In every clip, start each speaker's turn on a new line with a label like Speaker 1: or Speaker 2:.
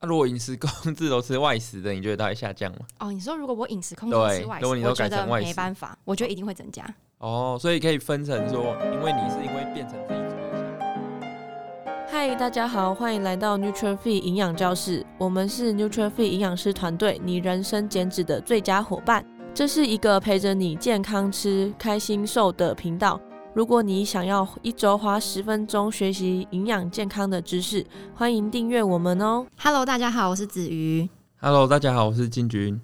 Speaker 1: 那如果饮食控制都吃外食的，你觉得它会下降吗？
Speaker 2: 哦，你说如果我饮食控制吃
Speaker 1: 对
Speaker 2: 外食，
Speaker 1: 如果你都
Speaker 2: 我觉
Speaker 1: 改成
Speaker 2: 得
Speaker 1: 外
Speaker 2: 没
Speaker 1: 食
Speaker 2: 办法，我觉得一定会增加。
Speaker 1: 哦，所以可以分成说，因为你是因为变成自己煮一下。
Speaker 3: 嗨，大家好，欢迎来到 NutriFee 营养教室。我们是 NutriFee 营养师团队，你人生减脂的最佳伙伴。这是一个陪着你健康吃、开心瘦的频道。如果你想要一周花十分钟学习营养健康的知识，欢迎订阅我们哦。
Speaker 2: Hello，大家好，我是子瑜。
Speaker 1: Hello，大家好，我是金君。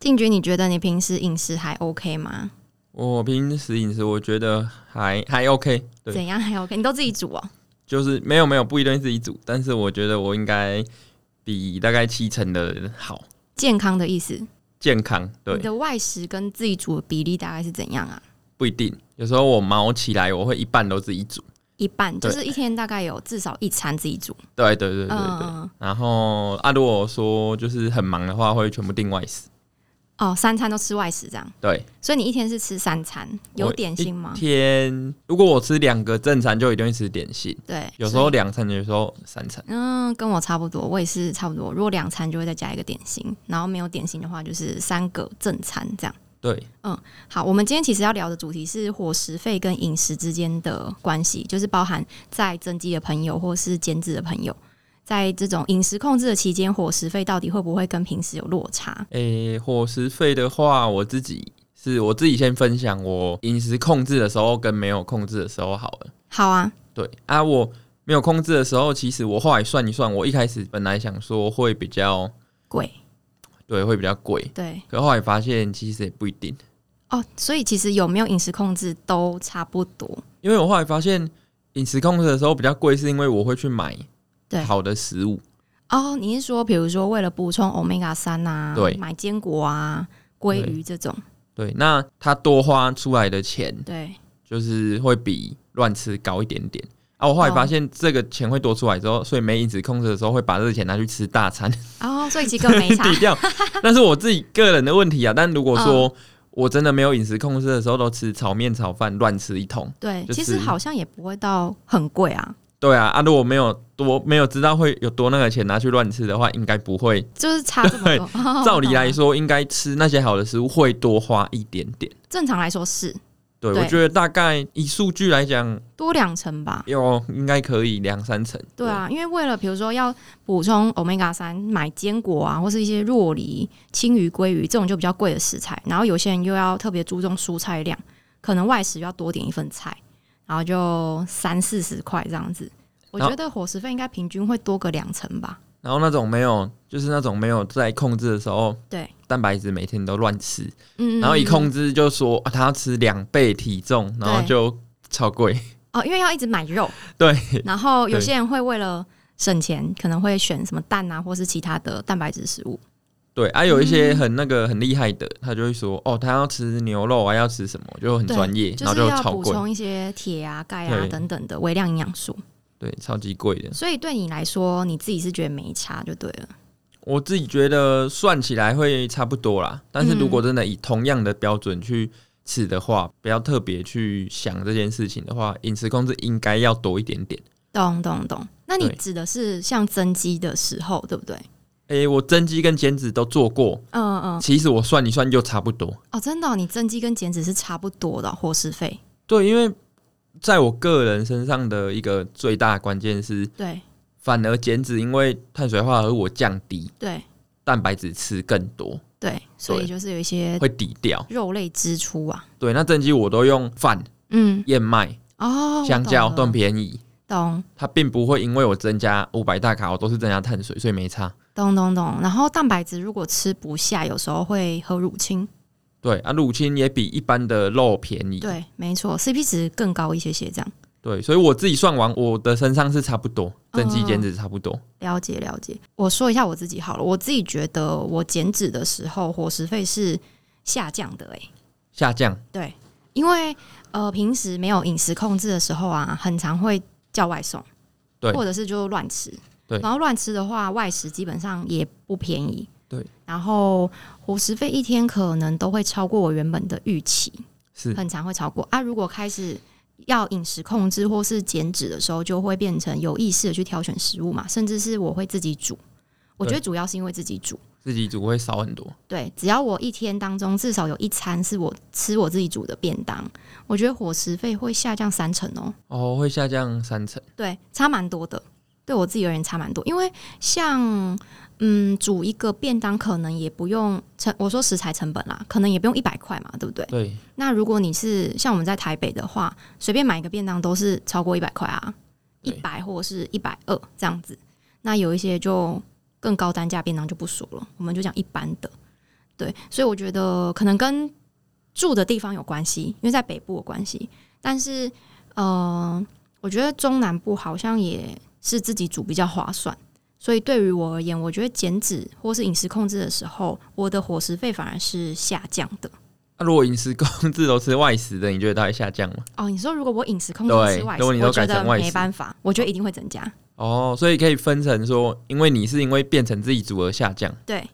Speaker 2: 静君，你觉得你平时饮食还 OK 吗？
Speaker 1: 我平时饮食我觉得还还 OK，对，
Speaker 2: 怎样还 OK？你都自己煮哦？
Speaker 1: 就是没有没有不一定自己煮，但是我觉得我应该比大概七成的人好
Speaker 2: 健康的意思，
Speaker 1: 健康，对
Speaker 2: 你，的外食跟自己煮的比例大概是怎样啊？
Speaker 1: 不一定。有时候我忙起来，我会一半都自己煮。
Speaker 2: 一半，就
Speaker 1: 对
Speaker 2: 是一天大概有至少一餐自己煮。
Speaker 1: 对对对对对。
Speaker 2: 嗯，
Speaker 1: 然后啊，如果说就是很忙的话，会全部订外食。
Speaker 2: 哦，三餐都吃外食这样，
Speaker 1: 对，
Speaker 2: 所以你一天是吃三餐，有
Speaker 1: 我
Speaker 2: 点心吗
Speaker 1: 一？天如果我吃两个正餐，就一定会吃点心。
Speaker 2: 对，
Speaker 1: 有时候
Speaker 2: 所以
Speaker 1: 两餐，有时候三餐。
Speaker 2: 嗯，跟我差不多，我也是差不多。如果两餐就会再加一个点心，然后没有点心的话就是三个正餐这样。
Speaker 1: 对，
Speaker 2: 好，我们今天其实要聊的主题是伙食费跟饮食之间的关系，就是包含在增肌的朋友或是减脂的朋友，在这种饮食控制的期间，伙食费到底会不会跟平时有落差？
Speaker 1: 诶，伙食费的话，我自己是我自己先分享我饮食控制的时候跟没有控制的时候好了。
Speaker 2: 好啊，
Speaker 1: 对啊，我没有控制的时候，其实我后来算一算，我一开始本来想说会比较
Speaker 2: 贵，
Speaker 1: 对，会比较贵，
Speaker 2: 对
Speaker 1: 可后来发现其实也不一定，
Speaker 2: 哦，所以其实有没有饮食控制都差不多。
Speaker 1: 因为我后来发现饮食控制的时候比较贵，是因为我会去买
Speaker 2: 对
Speaker 1: 好的食物，
Speaker 2: 哦，你是说，比如说为了补充 omega 三啊，
Speaker 1: 对
Speaker 2: 买坚果啊、鲑鱼这种，
Speaker 1: 对，那它多花出来的钱
Speaker 2: 对，
Speaker 1: 就是会比乱吃高一点点。啊，我后来
Speaker 2: 哦
Speaker 1: 发现这个钱会多出来之后，所以没饮食控制的时候会把这个钱拿去吃大餐，
Speaker 2: 哦，所以其实更 没差
Speaker 1: 抵掉。那是我自己个人的问题啊。但如果说
Speaker 2: 嗯
Speaker 1: 我真的没有饮食控制的时候，都吃炒面、炒饭，乱吃一通，
Speaker 2: 对，
Speaker 1: 就
Speaker 2: 其
Speaker 1: 是
Speaker 2: 实好像也不会到很贵啊，
Speaker 1: 对啊啊，如果没有多没有知道会有多那个钱拿去乱吃的话，应该不会。
Speaker 2: 就是差这么多。哦
Speaker 1: 照理来，
Speaker 2: 我懂了
Speaker 1: 说，应该吃那些好的食物会多花一点点。
Speaker 2: 正常来说是
Speaker 1: 对，
Speaker 2: 对
Speaker 1: 我觉得大概以数据来讲，
Speaker 2: 多两成吧。
Speaker 1: 有应该可以两三成。
Speaker 2: 对啊，因为为了比如说要补充 omega 三，买坚果啊，或是一些若梨、青鱼、鲑鱼这种就比较贵的食材，然后有些人又要特别注重蔬菜量，可能外食要多点一份菜，然后就三四十块这样子。我
Speaker 1: 然后
Speaker 2: 觉得伙食费应该平均会多个两成吧。
Speaker 1: 然后那种没有，就是那种没有在控制的时候，
Speaker 2: 对，
Speaker 1: 蛋白质每天都乱吃，
Speaker 2: 嗯，
Speaker 1: 然后一控
Speaker 2: 制
Speaker 1: 制就说、啊、他要吃两倍体重，然后
Speaker 2: 对
Speaker 1: 就超贵。
Speaker 2: 哦，因为要一直买肉，
Speaker 1: 对，
Speaker 2: 然后有
Speaker 1: 对
Speaker 2: 些人会为了省钱，可能会选什么蛋啊，或是其他的蛋白质食物。
Speaker 1: 对，啊，有一
Speaker 2: 嗯
Speaker 1: 些很那个很厉害的，他就会说哦，他要吃牛肉啊，要吃什么，就很
Speaker 2: 对
Speaker 1: 专业，
Speaker 2: 就
Speaker 1: 然后
Speaker 2: 是
Speaker 1: 就
Speaker 2: 要
Speaker 1: 超
Speaker 2: 补
Speaker 1: 贵，
Speaker 2: 充一些铁啊、钙啊
Speaker 1: 对
Speaker 2: 等等的微量营养素。
Speaker 1: 对，超级贵的。
Speaker 2: 所以对你来说，你自己是觉得没差就对了。
Speaker 1: 我自己觉得算起来会差不多啦，但是如果真的以同样的标准去吃的话，不要特别去想这件事情的
Speaker 2: 嗯
Speaker 1: 话，饮食控制应该要多一点点。
Speaker 2: 懂懂懂。那你
Speaker 1: 对
Speaker 2: 指的是像增肌的时候，对不对？
Speaker 1: 诶、我增肌跟减脂都做过，
Speaker 2: 嗯嗯。
Speaker 1: 其实我算一算又差不多。
Speaker 2: 哦，真的哦、你增肌跟减脂是差不多的哦、伙食费。
Speaker 1: 对，因为在我个人身上的一个最大关键是，
Speaker 2: 对
Speaker 1: 反而减脂，因为碳水化合物我降低，
Speaker 2: 对
Speaker 1: 蛋白质吃更多
Speaker 2: 对，所以
Speaker 1: 对
Speaker 2: 就是有一些
Speaker 1: 会抵掉。
Speaker 2: 肉类支出啊。
Speaker 1: 对，那增肌我都用饭、
Speaker 2: 嗯，
Speaker 1: 燕麦、
Speaker 2: 哦，我
Speaker 1: 香蕉
Speaker 2: 懂
Speaker 1: 都很
Speaker 2: 了
Speaker 1: 便宜，
Speaker 2: 懂
Speaker 1: 它并不会因为我增加五百大卡，我都是增加碳水，所以没差。
Speaker 2: 懂懂懂。然后蛋白质如果吃不下，有时候会喝乳清。
Speaker 1: 对啊，乳清也比一般的肉便宜。
Speaker 2: 对，没错，CP 值更高一些些这样。
Speaker 1: 对所以我自己算完，我的身上是差不多，增肌
Speaker 2: 嗯
Speaker 1: 减脂差不多。
Speaker 2: 了解了解，我说一下我自己好了。我自己觉得我减脂的时候，伙食费是下降的、欸，
Speaker 1: 下降，
Speaker 2: 对，因为呃平时没有饮食控制的时候啊，很常会叫外送，
Speaker 1: 对
Speaker 2: 或者是就乱吃，
Speaker 1: 对
Speaker 2: 然后乱吃的话，外食基本上也不便宜，
Speaker 1: 对，
Speaker 2: 然后伙食费一天可能都会超过我原本的预期，
Speaker 1: 是
Speaker 2: 很常会超过啊。如果开始要饮食控制或是减脂的时候，就会变成有意识的去挑选食物嘛，甚至是我会自己煮。我觉得主要是因为自己煮，
Speaker 1: 自己煮会少很多。
Speaker 2: 对，只要我一天当中至少有一餐是我吃我自己煮的便当，我觉得伙食费会下降三成哦。
Speaker 1: 哦，会下降三成。
Speaker 2: 对，差蛮多的。对我自己而言差蛮多，因为像嗯煮一个便当可能也不用成，我说食材成本啦，可能也不用一百块嘛，对不对？
Speaker 1: 对，
Speaker 2: 那如果你是像我们在台北的话，随便买一个便当都是超过一百块啊，一
Speaker 1: 对
Speaker 2: 百或者是一百二这样子。那有一些就更高单价便当就不说了，我们就讲一般的。对，所以我觉得可能跟住的地方有关系，因为在北部有关系。但是，呃，我觉得中南部好像也是自己煮比较划算。所以对于我而言，我觉得减脂或是饮食控制的时候，我的伙食费反而是下降的。
Speaker 1: 那、啊如果饮食控制都吃外食的，你觉得它会下降吗？
Speaker 2: 哦，你说如果我饮食控制
Speaker 1: 对
Speaker 2: 吃外食，
Speaker 1: 如果你都
Speaker 2: 我觉
Speaker 1: 改
Speaker 2: 得
Speaker 1: 成外食
Speaker 2: 没办法，我觉得一定会增加。
Speaker 1: 哦，所以可以分成说，因为你是因为变成自己煮而下降，
Speaker 2: 对，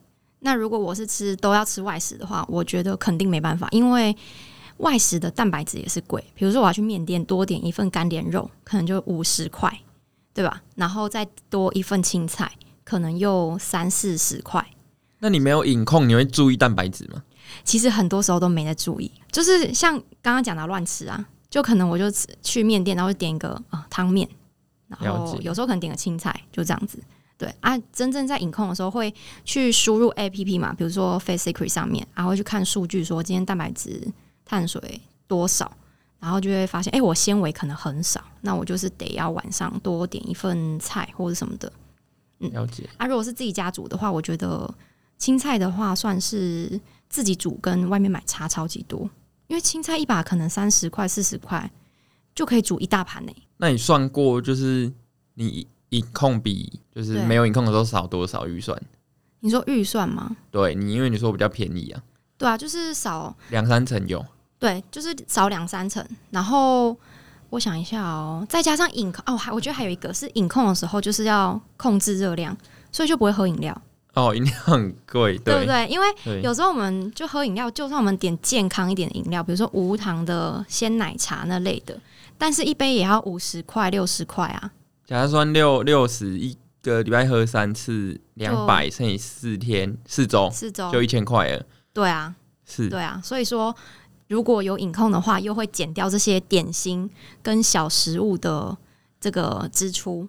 Speaker 2: 那如果我是吃都要吃外食的话，我觉得肯定没办法，因为外食的蛋白质也是贵。比如说我要去面店多点一份干莲肉，可能就五十块，对吧？然后再多一份青菜，可能又三四十块。
Speaker 1: 那你没有饮控，你会注意蛋白质吗？
Speaker 2: 其实很多时候都没在注意，就是像刚刚讲的乱吃啊，就可能我就吃去面店，然后就点一个啊汤面，然
Speaker 1: 了
Speaker 2: 后
Speaker 1: 解
Speaker 2: 有时候可能点个青菜，就这样子。对啊，真正在饮控的时候会去输入 A P P 嘛，比如说 Face Secret 上面，然后去看数据，说今天蛋白质、碳水多少，然后就会发现，哎、我纤维可能很少，那我就是得要晚上多点一份菜或者什么的。嗯
Speaker 1: 了解，
Speaker 2: 啊，如果是自己家煮的话，我觉得青菜的话算是自己煮跟外面买差超级多，因为青菜一把可能三十块四十块就可以煮一大盘呢、
Speaker 1: 那你算过就是你饮控比就是
Speaker 2: 对
Speaker 1: 没有饮控的时候少多少预算？
Speaker 2: 你说预算吗？
Speaker 1: 对你，因为你说比较便宜啊，
Speaker 2: 对啊，就是少
Speaker 1: 两三成有。
Speaker 2: 对，就是少两三成，然后。我想一下哦，再加上饮控哦，还我觉得还有一个是饮控的时候，就是要控制热量，所以就不会喝饮料，
Speaker 1: 哦，饮料很贵，
Speaker 2: 对
Speaker 1: 对
Speaker 2: 不对？因为
Speaker 1: 对
Speaker 2: 有时候我们就喝饮料，就算我们点健康一点的饮料，比如说无糖的鲜奶茶那类的，但是一杯也要五十块、六十块啊。
Speaker 1: 假如说六六十一个礼拜喝三次，两百乘以四天四周
Speaker 2: 四周
Speaker 1: 就一千块了，
Speaker 2: 对啊，
Speaker 1: 是
Speaker 2: 对啊，所以说如果有饮控的话，又会减掉这些点心跟小食物的这个支出。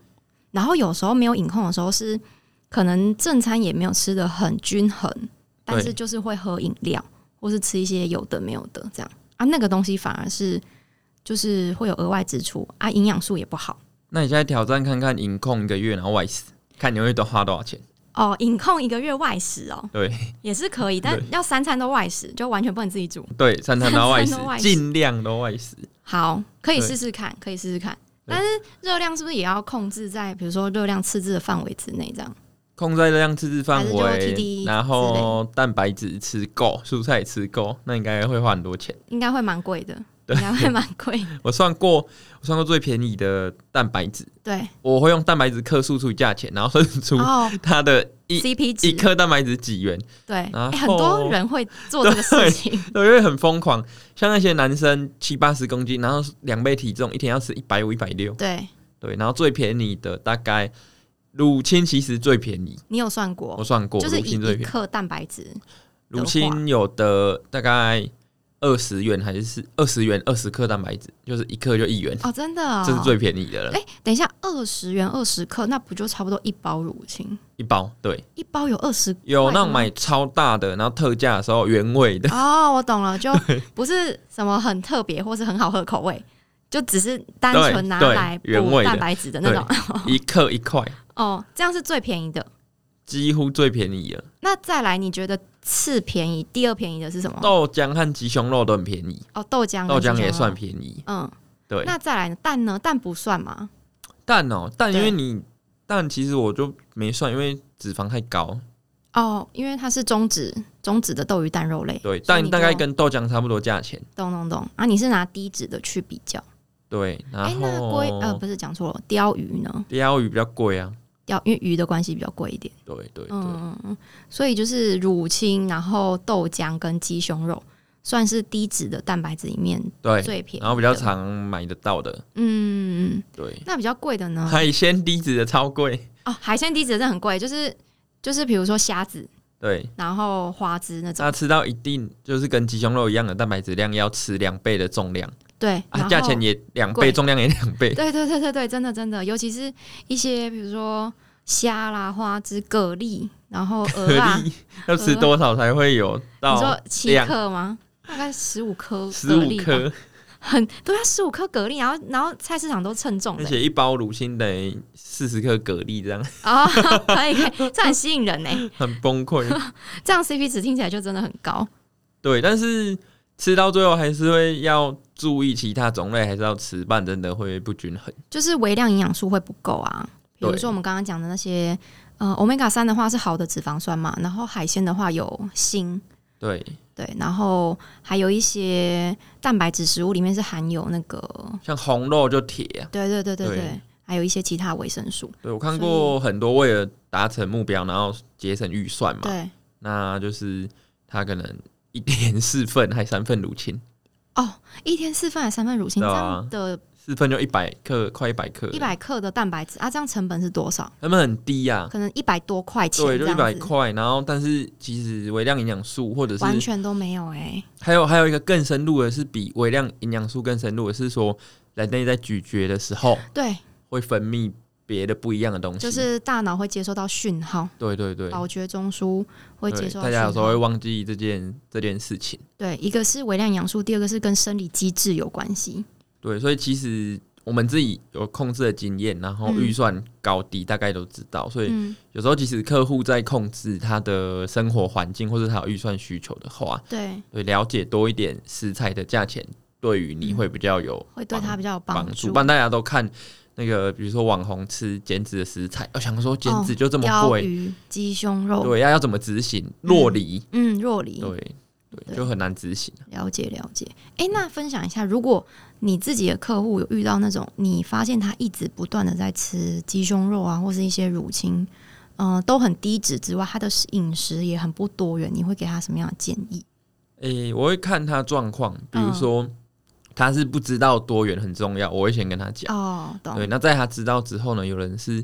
Speaker 2: 然后有时候没有饮控的时候是，可能正餐也没有吃的很均衡，但是
Speaker 1: 对
Speaker 2: 就是会喝饮料或是吃一些有的没有的这样啊，那个东西反而是就是会有额外支出啊，营养素也不好
Speaker 1: 那你现在挑战看看饮控一个月，然后外食，看你会多花多少钱？
Speaker 2: 哦。饮控一个月外食哦，
Speaker 1: 对
Speaker 2: 也是可以，但
Speaker 1: 对
Speaker 2: 要三餐都外食，就完全不能自己煮。
Speaker 1: 对，三餐都外食
Speaker 2: 三餐都外，食
Speaker 1: 尽量都外食。
Speaker 2: 好，可以
Speaker 1: 对
Speaker 2: 试试看，可以试试看。
Speaker 1: 对
Speaker 2: 但是热量是不是也要控制在，比如说热量赤字的范围之内？这样
Speaker 1: 控制热量自制范
Speaker 2: 还是就 TD 之
Speaker 1: 围
Speaker 2: 类，
Speaker 1: 然后蛋白质吃够，蔬菜也吃够，那应该会花很多钱。
Speaker 2: 应该会蛮贵的，应该会蛮贵的。
Speaker 1: 我算过，我算过最便宜的蛋白质，
Speaker 2: 对，
Speaker 1: 我会用蛋白质克数除以价钱，然后算出
Speaker 2: 哦
Speaker 1: 它的一
Speaker 2: ，CP
Speaker 1: 一啊
Speaker 2: 值，
Speaker 1: 克蛋白质几元。
Speaker 2: 对、
Speaker 1: 然
Speaker 2: 诶很多
Speaker 1: 后
Speaker 2: 人会做这个事情。
Speaker 1: 对，因为很疯狂，像那些男生七八十公斤，然后两倍体重，一天要吃一百五、一百六，
Speaker 2: 对
Speaker 1: 对，然后最便宜的大概乳清其实最便宜，
Speaker 2: 你有算
Speaker 1: 我
Speaker 2: 过，
Speaker 1: 算过，
Speaker 2: 哦就是
Speaker 1: 乳
Speaker 2: 以
Speaker 1: 清最
Speaker 2: 一
Speaker 1: 便宜，
Speaker 2: 克蛋白质的
Speaker 1: 乳清有的大概二十元还是二十元二十克蛋白质，就是一克就一元，
Speaker 2: 哦，真的、哦，
Speaker 1: 这是最便宜的了，
Speaker 2: 哎、等一下，二十元二十克，那不就差不多一包乳清？
Speaker 1: 一包对，
Speaker 2: 一包有二十
Speaker 1: 有那种
Speaker 2: 吗
Speaker 1: 买超大的，然后特价的时候原味的，
Speaker 2: 哦，我懂了，就不是什么很特别或是很好喝的口味，就只是单
Speaker 1: 对
Speaker 2: 纯拿
Speaker 1: 对
Speaker 2: 来
Speaker 1: 原
Speaker 2: 补
Speaker 1: 味的
Speaker 2: 蛋白质的那种。
Speaker 1: 一克一块，
Speaker 2: 哦，这样是最便宜的。
Speaker 1: 几乎最便宜了。
Speaker 2: 那再来，你觉得次便宜、第二便宜的是什么？
Speaker 1: 豆浆和鸡胸肉都很便宜，
Speaker 2: 哦，豆浆，
Speaker 1: 豆浆也算
Speaker 2: 宜。
Speaker 1: 便宜，
Speaker 2: 嗯，
Speaker 1: 对。
Speaker 2: 那再来呢？蛋呢？蛋不算吗？
Speaker 1: 蛋哦，蛋因
Speaker 2: 对
Speaker 1: 为你蛋其实我就没算，因为脂肪太高。
Speaker 2: 哦，因为它是中脂中脂的豆鱼蛋肉类，
Speaker 1: 对，
Speaker 2: 所以
Speaker 1: 蛋
Speaker 2: 你
Speaker 1: 大概
Speaker 2: 就
Speaker 1: 跟豆浆差不多价钱。
Speaker 2: 懂懂懂啊！你是拿低脂的去比较，
Speaker 1: 对，然
Speaker 2: 哎，那
Speaker 1: 后
Speaker 2: 鲑呃不是讲错了，鲷鱼呢？
Speaker 1: 鲷鱼比较贵啊。
Speaker 2: 鲷因为鱼的关系比较贵一点。
Speaker 1: 对对对，
Speaker 2: 嗯，嗯嗯，所以就是乳清，然后豆浆跟鸡胸肉，算是低脂的蛋白质里面
Speaker 1: 对，
Speaker 2: 最便宜的，
Speaker 1: 然后比较常买得到的，
Speaker 2: 嗯。嗯，嗯
Speaker 1: 对，
Speaker 2: 那比较贵的呢？
Speaker 1: 海鲜低脂的超贵，
Speaker 2: 哦，海鲜低脂真的很贵，就是就是比如说虾子，
Speaker 1: 对，
Speaker 2: 然后花枝那种，
Speaker 1: 它吃到一定就是跟鸡胸肉一样的蛋白质量，要吃两倍的重量
Speaker 2: 对，
Speaker 1: 啊，
Speaker 2: 然后
Speaker 1: 价钱也两倍，
Speaker 2: 贵
Speaker 1: 重量也两倍。
Speaker 2: 对对对对对，真的真的，尤其是一些比如说虾啦、花枝、蛤蜊，然后
Speaker 1: 可
Speaker 2: 鹅啊，
Speaker 1: 丽要吃多少才会有
Speaker 2: 你
Speaker 1: 到
Speaker 2: 说七
Speaker 1: 量
Speaker 2: 克吗？大概十五颗
Speaker 1: 哦十
Speaker 2: 蛤
Speaker 1: 五
Speaker 2: 蜊吧，
Speaker 1: 颗？
Speaker 2: 很对啊，十五颗蛤蜊，然后然后菜市场都称重
Speaker 1: 而
Speaker 2: 的
Speaker 1: 且一包卤心等于四十颗蛤蜊，这样
Speaker 2: 啊、哦，可以可以，这很吸引人呢。欸
Speaker 1: 很崩 溃。
Speaker 2: 这样 CP 值听起来就真的很高，
Speaker 1: 对，但是吃到最后还是会要注意其他种类，还是要吃，不然真的会不均衡。
Speaker 2: 就是微量营养素会不够啊。比如
Speaker 1: 对
Speaker 2: 说我们刚刚讲的那些，呃，omega 三的话是好的脂肪酸嘛，然后海鲜的话有锌，
Speaker 1: 对，
Speaker 2: 对，然后还有一些蛋白质食物里面是含有那个，
Speaker 1: 像红肉就铁啊、
Speaker 2: 对对对对对，
Speaker 1: 对
Speaker 2: 还有一些其他维生素，
Speaker 1: 对我看过很多为了达成目标，然后节省预算嘛，
Speaker 2: 对。
Speaker 1: 那就是他可能一天四份还三份乳清，
Speaker 2: 哦，一天四份还三份乳清，
Speaker 1: 对
Speaker 2: 这
Speaker 1: 啊
Speaker 2: 样的
Speaker 1: 四份就一百克，快一百克了，
Speaker 2: 一百克的蛋白质啊，这样成本是多少？
Speaker 1: 他们很低呀、啊。
Speaker 2: 可能一百多块钱
Speaker 1: 对，就
Speaker 2: 这
Speaker 1: 一
Speaker 2: 样
Speaker 1: 百
Speaker 2: 子，
Speaker 1: 块，然后但是其实微量营养素或者是
Speaker 2: 完全都没有哎、
Speaker 1: 还有还有一个更深入的是，比微量营养素更深入的是说，人类在咀嚼的时候
Speaker 2: 对，
Speaker 1: 会分泌别的不一样的东西。
Speaker 2: 就是大脑会接收到讯号，
Speaker 1: 对对嗯对，
Speaker 2: 饱觉中枢会接
Speaker 1: 对
Speaker 2: 收到
Speaker 1: 大
Speaker 2: 讯
Speaker 1: 家有时候
Speaker 2: 号
Speaker 1: 会。忘记这件这件事情。
Speaker 2: 对，一个是微量营养素，第二个是跟生理机制有关系。
Speaker 1: 对，所以其实我们自己有控制的经验，然后
Speaker 2: 嗯
Speaker 1: 预算高低大概都知道，所以
Speaker 2: 嗯，
Speaker 1: 有时候即使客户在控制他的生活环境或者他有预算需求的话，
Speaker 2: 对，
Speaker 1: 对，了解多一点食材的价钱，对于你会比较有
Speaker 2: 会对它比较有嗯帮
Speaker 1: 帮助。不然大家都看那个，比如说网红吃减脂的食材，我想说
Speaker 2: 哦
Speaker 1: 减脂就这么
Speaker 2: 鲷
Speaker 1: 贵，
Speaker 2: 鱼、鸡胸肉，
Speaker 1: 对，要要怎么执行？落离，
Speaker 2: 嗯，若梨，
Speaker 1: 对对，
Speaker 2: 对
Speaker 1: 就很难执行。
Speaker 2: 了解了解。哎、那分享一下，如果你自己的客户有遇到那种你发现他一直不断的在吃鸡胸肉啊，或是一些乳清，嗯、都很低脂之外，他的饮食也很不多元，你会给他什么样的建议？
Speaker 1: 诶、我会看他状况，比如说、
Speaker 2: 嗯
Speaker 1: 他是不知道多元很重要，我会先跟他讲。
Speaker 2: 哦，懂，
Speaker 1: 对，那在他知道之后呢，有人是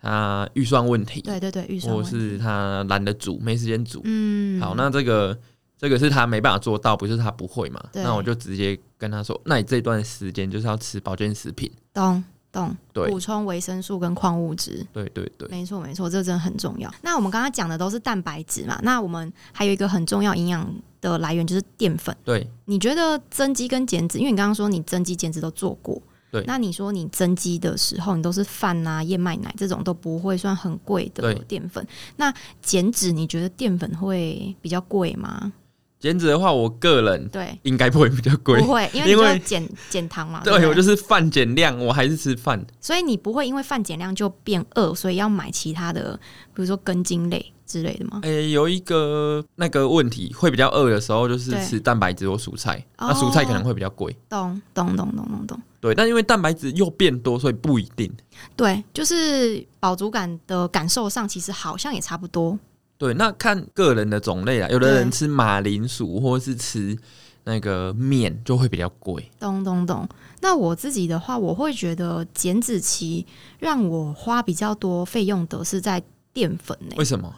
Speaker 1: 他预算问题，
Speaker 2: 对对对，预算
Speaker 1: 或
Speaker 2: 问题
Speaker 1: 是他懒得煮，没时间煮。
Speaker 2: 嗯，
Speaker 1: 好，那这个这个是他没办法做到，不是他不会嘛？
Speaker 2: 对
Speaker 1: 那我就直接跟他说，那你这段时间就是要吃保健食品。
Speaker 2: 懂懂，
Speaker 1: 对
Speaker 2: 补充维生素跟矿物质。
Speaker 1: 对对对，
Speaker 2: 没错，没错，这真的很重要。那我们刚刚讲的都是蛋白质嘛，那我们还有一个很重要营养的来源就是淀粉。
Speaker 1: 对
Speaker 2: 你觉得增肌跟减脂，因为你刚刚说你增肌减脂都做过，
Speaker 1: 对
Speaker 2: 那你说你增肌的时候，你都是饭啊、燕麦奶这种都不会算很贵的
Speaker 1: 对
Speaker 2: 淀粉。那减脂，你觉得淀粉会比较贵吗？
Speaker 1: 减脂的话，我个人
Speaker 2: 对，
Speaker 1: 应该不会比较贵
Speaker 2: 不。会，因
Speaker 1: 因
Speaker 2: 为你就
Speaker 1: 为
Speaker 2: 减减糖嘛。对 不啊
Speaker 1: 对
Speaker 2: 对，
Speaker 1: 我就是饭减量，我还是吃饭。
Speaker 2: 所以你不会因为饭减量就变饿，所以要买其他的，比如说根茎类之类的吗？
Speaker 1: 诶、有一个那个问题，会比较饿的时候就是
Speaker 2: 对
Speaker 1: 吃蛋白质或蔬菜，
Speaker 2: 哦
Speaker 1: 那蔬菜可能会比较贵。
Speaker 2: 懂懂懂懂懂懂，
Speaker 1: 对，但因为蛋白质又变多，所以不一定。
Speaker 2: 对，就是饱足感的感受上，其实好像也差不多。
Speaker 1: 对，那看个人的种类啦，有的
Speaker 2: 对
Speaker 1: 人吃马铃薯或是吃那个面就会比较贵。
Speaker 2: 懂懂懂。那我自己的话，我会觉得减脂期让我花比较多费用的是在淀粉欸呢、
Speaker 1: 为什么？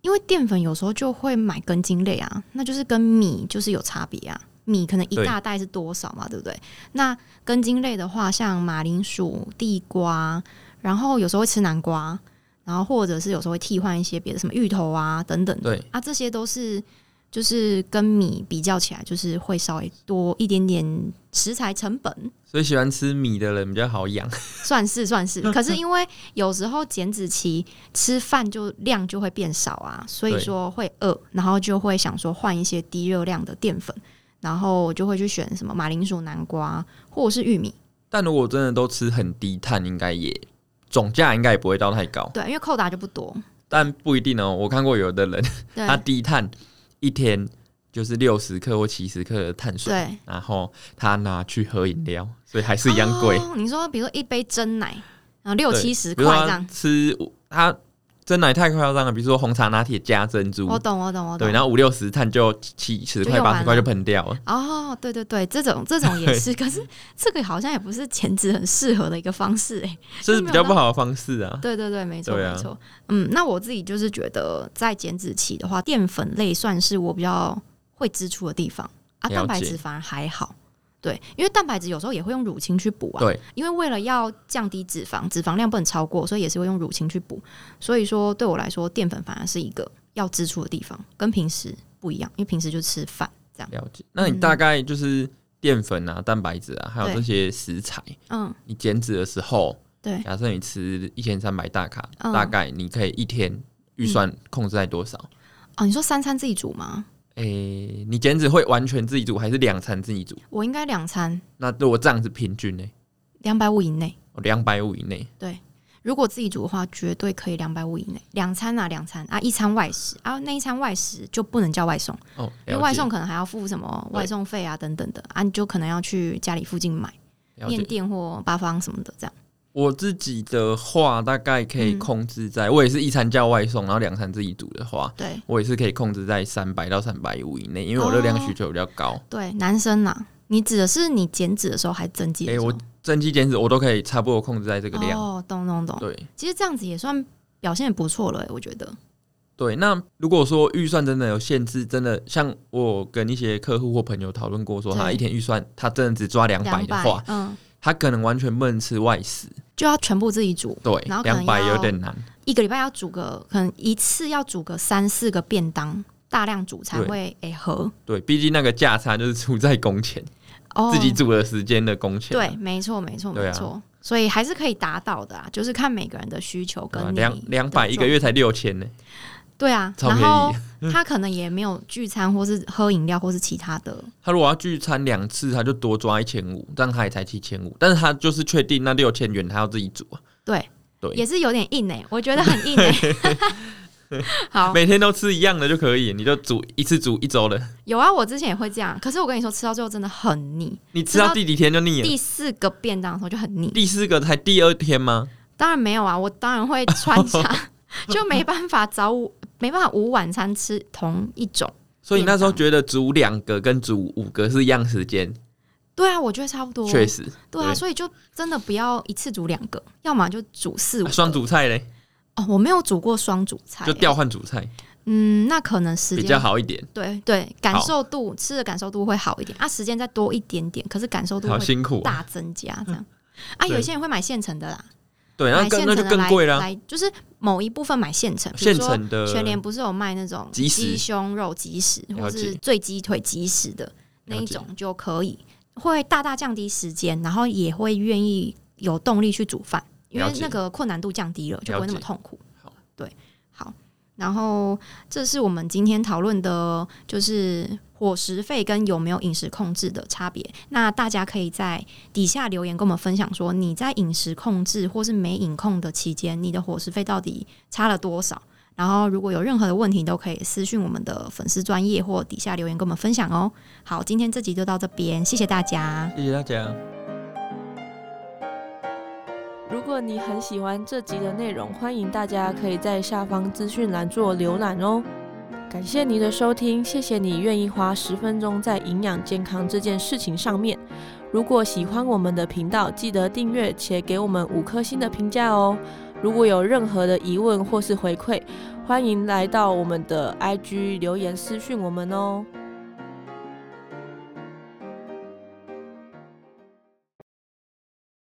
Speaker 2: 因为淀粉有时候就会买根茎类啊，那就是跟米就是有差别啊。米可能一
Speaker 1: 对
Speaker 2: 大袋是多少嘛，对不对？那根茎类的话，像马铃薯、地瓜，然后有时候会吃南瓜，然后或者是有时候会替换一些别的什么芋头啊等等的
Speaker 1: 对，
Speaker 2: 啊，这些都是就是跟米比较起来，就是会稍微多一点点食材成本。
Speaker 1: 所以喜欢吃米的人比较好养。
Speaker 2: 算是算
Speaker 1: 嗯
Speaker 2: 是，可是因为有时候减脂期吃饭就量就会变少啊，所以
Speaker 1: 对
Speaker 2: 说会饿，然后就会想说换一些低热量的淀粉，然后就会去选什么马铃薯、南瓜或者是玉米。
Speaker 1: 但如果真的都吃很低碳，应该也总价应该也不会到太高，
Speaker 2: 对，因为扣打就不多。
Speaker 1: 但不一定哦。我看过有的人
Speaker 2: 对
Speaker 1: 他低碳一天就是六十克或七十克的碳水，
Speaker 2: 对，
Speaker 1: 然后他拿去喝饮料，所以还是一样贵。
Speaker 2: 哦哦你说比如说一杯真奶，然后六
Speaker 1: 对
Speaker 2: 七十
Speaker 1: 比
Speaker 2: 块
Speaker 1: 如说
Speaker 2: 这
Speaker 1: 他
Speaker 2: 样，
Speaker 1: 吃五他真奶太夸张了，比如说红茶拿铁加珍珠，
Speaker 2: 我哦懂，我懂，我懂。
Speaker 1: 对，然后五六十碳就七十块
Speaker 2: 就用完
Speaker 1: 八十块
Speaker 2: 了
Speaker 1: 就喷掉了。
Speaker 2: 哦，对对对，这种这种 也是，可是这个好像也不是减脂很适合的一个方式哎、
Speaker 1: 这是
Speaker 2: 没
Speaker 1: 比较
Speaker 2: 有那
Speaker 1: 不好的方式啊。
Speaker 2: 对对对，没错、
Speaker 1: 对啊
Speaker 2: 没错。嗯，那我自己就是觉得在减脂期的话，淀粉类算是我比较会支出的地方
Speaker 1: 了
Speaker 2: 啊，
Speaker 1: 解
Speaker 2: 蛋白质反而还好。对，因为蛋白质有时候也会用乳清去补啊。
Speaker 1: 对，
Speaker 2: 因为为了要降低脂肪，脂肪量不能超过，所以也是会用乳清去补。所以说，对我来说，淀粉反而是一个要支出的地方，跟平时不一样，因为平时就吃饭这样。
Speaker 1: 了解。那你大概就是淀粉啊、蛋白质啊，还有
Speaker 2: 对
Speaker 1: 这些食材，
Speaker 2: 嗯，
Speaker 1: 你减脂的时候，
Speaker 2: 对。
Speaker 1: 假设你吃一千三百大卡，
Speaker 2: 嗯
Speaker 1: 大概你可以一天预算控制在多少？
Speaker 2: 哦，你说三餐自己煮吗？
Speaker 1: 诶、你减脂会完全自己煮，还是两餐自己煮？
Speaker 2: 我应该两餐
Speaker 1: 那如果这样子平均呢？哦
Speaker 2: 两百五以内。
Speaker 1: 两百五以内，
Speaker 2: 如果自己煮的话，绝对可以两百五以内，两餐啊，两餐啊，一餐外食啊，那一餐外食就不能叫外送，
Speaker 1: 哦，
Speaker 2: 因
Speaker 1: 了解
Speaker 2: 为外送可能还要付什么
Speaker 1: 对
Speaker 2: 外送费啊等等的啊，你就可能要去家里附近买
Speaker 1: 了
Speaker 2: 面
Speaker 1: 解。
Speaker 2: 店或八方什么的这样。
Speaker 1: 我自己的话，大概可以
Speaker 2: 嗯
Speaker 1: 控制在，我也是一餐叫外送，然后两餐自己煮的话，
Speaker 2: 对
Speaker 1: 我也是可以控制在三百到三百五以内，因为我热量需求比较高。
Speaker 2: 对，男生呐、啊你指的是你减脂的时候还是增肌
Speaker 1: 诶、
Speaker 2: 的时候？
Speaker 1: 我增肌减脂我都可以差不多控制在这个量。
Speaker 2: 哦，懂懂懂。
Speaker 1: 对
Speaker 2: 其实这样子也算表现得不错了、我觉得。
Speaker 1: 对，那如果说预算真的有限制，真的像我跟一些客户或朋友讨论过说他
Speaker 2: 对
Speaker 1: 一天预算他真的只抓两百
Speaker 2: 两
Speaker 1: 的
Speaker 2: 百
Speaker 1: 话，，
Speaker 2: 嗯，
Speaker 1: 他可能完全不能吃外食。
Speaker 2: 就要全部自己煮，
Speaker 1: 对
Speaker 2: 然后，可能
Speaker 1: 两百
Speaker 2: 要
Speaker 1: 有点难。
Speaker 2: 一个礼拜要煮个，可能一次要煮个三四个便当，大量煮才
Speaker 1: 对
Speaker 2: 会诶合。
Speaker 1: 对，毕竟那个价差就是出在工钱，
Speaker 2: 哦，
Speaker 1: 自己煮的时间的工钱啊。
Speaker 2: 对，没错，没错，
Speaker 1: 对啊
Speaker 2: 没错。所以还是可以达到的啊，就是看每个人的需求
Speaker 1: 对
Speaker 2: 跟
Speaker 1: 啊
Speaker 2: 你
Speaker 1: 两
Speaker 2: 的
Speaker 1: 两百一个
Speaker 2: 状，
Speaker 1: 月才六千呢，
Speaker 2: 对啊，
Speaker 1: 超
Speaker 2: 然
Speaker 1: 便
Speaker 2: 后
Speaker 1: 宜。
Speaker 2: 他可能也没有聚餐或是喝饮料或是其他的，
Speaker 1: 他如果要聚餐两次，他就多抓一千五，这样他也才七千五。但是他就是确定那六千元他要自己煮啊，
Speaker 2: 对，
Speaker 1: 对
Speaker 2: 也是有点硬哎、我觉得很硬哎、欸 好，
Speaker 1: 每天都吃一样的就可以，你就煮一次煮一周的，
Speaker 2: 有啊，我之前也会这样，可是我跟你说，吃到最后真的很腻，
Speaker 1: 你吃到
Speaker 2: 吃到
Speaker 1: 第几天就腻了。
Speaker 2: 第四个便当的时候就很腻。
Speaker 1: 嗯第四个才第二天吗？
Speaker 2: 当然没有啊，我当然会穿插， 就没办法早午，没办法午晚餐吃同一种。
Speaker 1: 所以你那时候
Speaker 2: 便当
Speaker 1: 觉得煮两个跟煮五个是一样时间，
Speaker 2: 对啊，我觉得差不多。
Speaker 1: 确实。
Speaker 2: 对啊，
Speaker 1: 对
Speaker 2: 所以就真的不要一次煮两个，要么就煮四
Speaker 1: 啊
Speaker 2: 五个
Speaker 1: 双煮菜嘞，
Speaker 2: 哦。我没有煮过双煮菜，
Speaker 1: 就调换煮菜
Speaker 2: 嗯，那可能时
Speaker 1: 比
Speaker 2: 间
Speaker 1: 较。好一点，
Speaker 2: 对对，感受度吃的感受度会好一点啊，时间再多一点点，可是感受度
Speaker 1: 好
Speaker 2: 会
Speaker 1: 辛苦啊。
Speaker 2: 大增加这样。啊，
Speaker 1: 对
Speaker 2: 有些人会买现成的啦，
Speaker 1: 对，那
Speaker 2: 买
Speaker 1: 更
Speaker 2: 现
Speaker 1: 那
Speaker 2: 成
Speaker 1: 就
Speaker 2: 的
Speaker 1: 更
Speaker 2: 来
Speaker 1: 贵啦。
Speaker 2: 来就是某一部分买现成，比如
Speaker 1: 现
Speaker 2: 说
Speaker 1: 成的
Speaker 2: 全联不是有卖那种
Speaker 1: 即食
Speaker 2: 鸡胸肉即食，
Speaker 1: 了
Speaker 2: 或
Speaker 1: 解
Speaker 2: 是醉鸡腿即食的那一
Speaker 1: 了解
Speaker 2: 种就可以，会大大降低时间，然后也会愿意有动力去煮饭，因
Speaker 1: 了
Speaker 2: 为
Speaker 1: 解
Speaker 2: 那个困难度降低了，就不会那么痛苦
Speaker 1: 好。
Speaker 2: 对，好。然后，这是我们今天讨论的，就是伙食费跟有没有饮食控制的差别。那大家可以在底下留言跟我们分享说，你在饮食控制或是没饮控的期间，你的伙食费到底差了多少？然后如果有任何的问题，都可以私讯我们的粉丝专业或底下留言跟我们分享哦。好，今天这集就到这边，谢谢大家。
Speaker 1: 谢谢大家。
Speaker 3: 如果你很喜欢这集的内容，欢迎大家可以在下方资讯栏做浏览哦。感谢您的收听，谢谢你愿意花十分钟在营养健康这件事情上面。如果喜欢我们的频道，记得订阅且给我们五颗星的评价哦。如果有任何的疑问或是回馈，欢迎来到我们的 IG 留言私讯我们哦。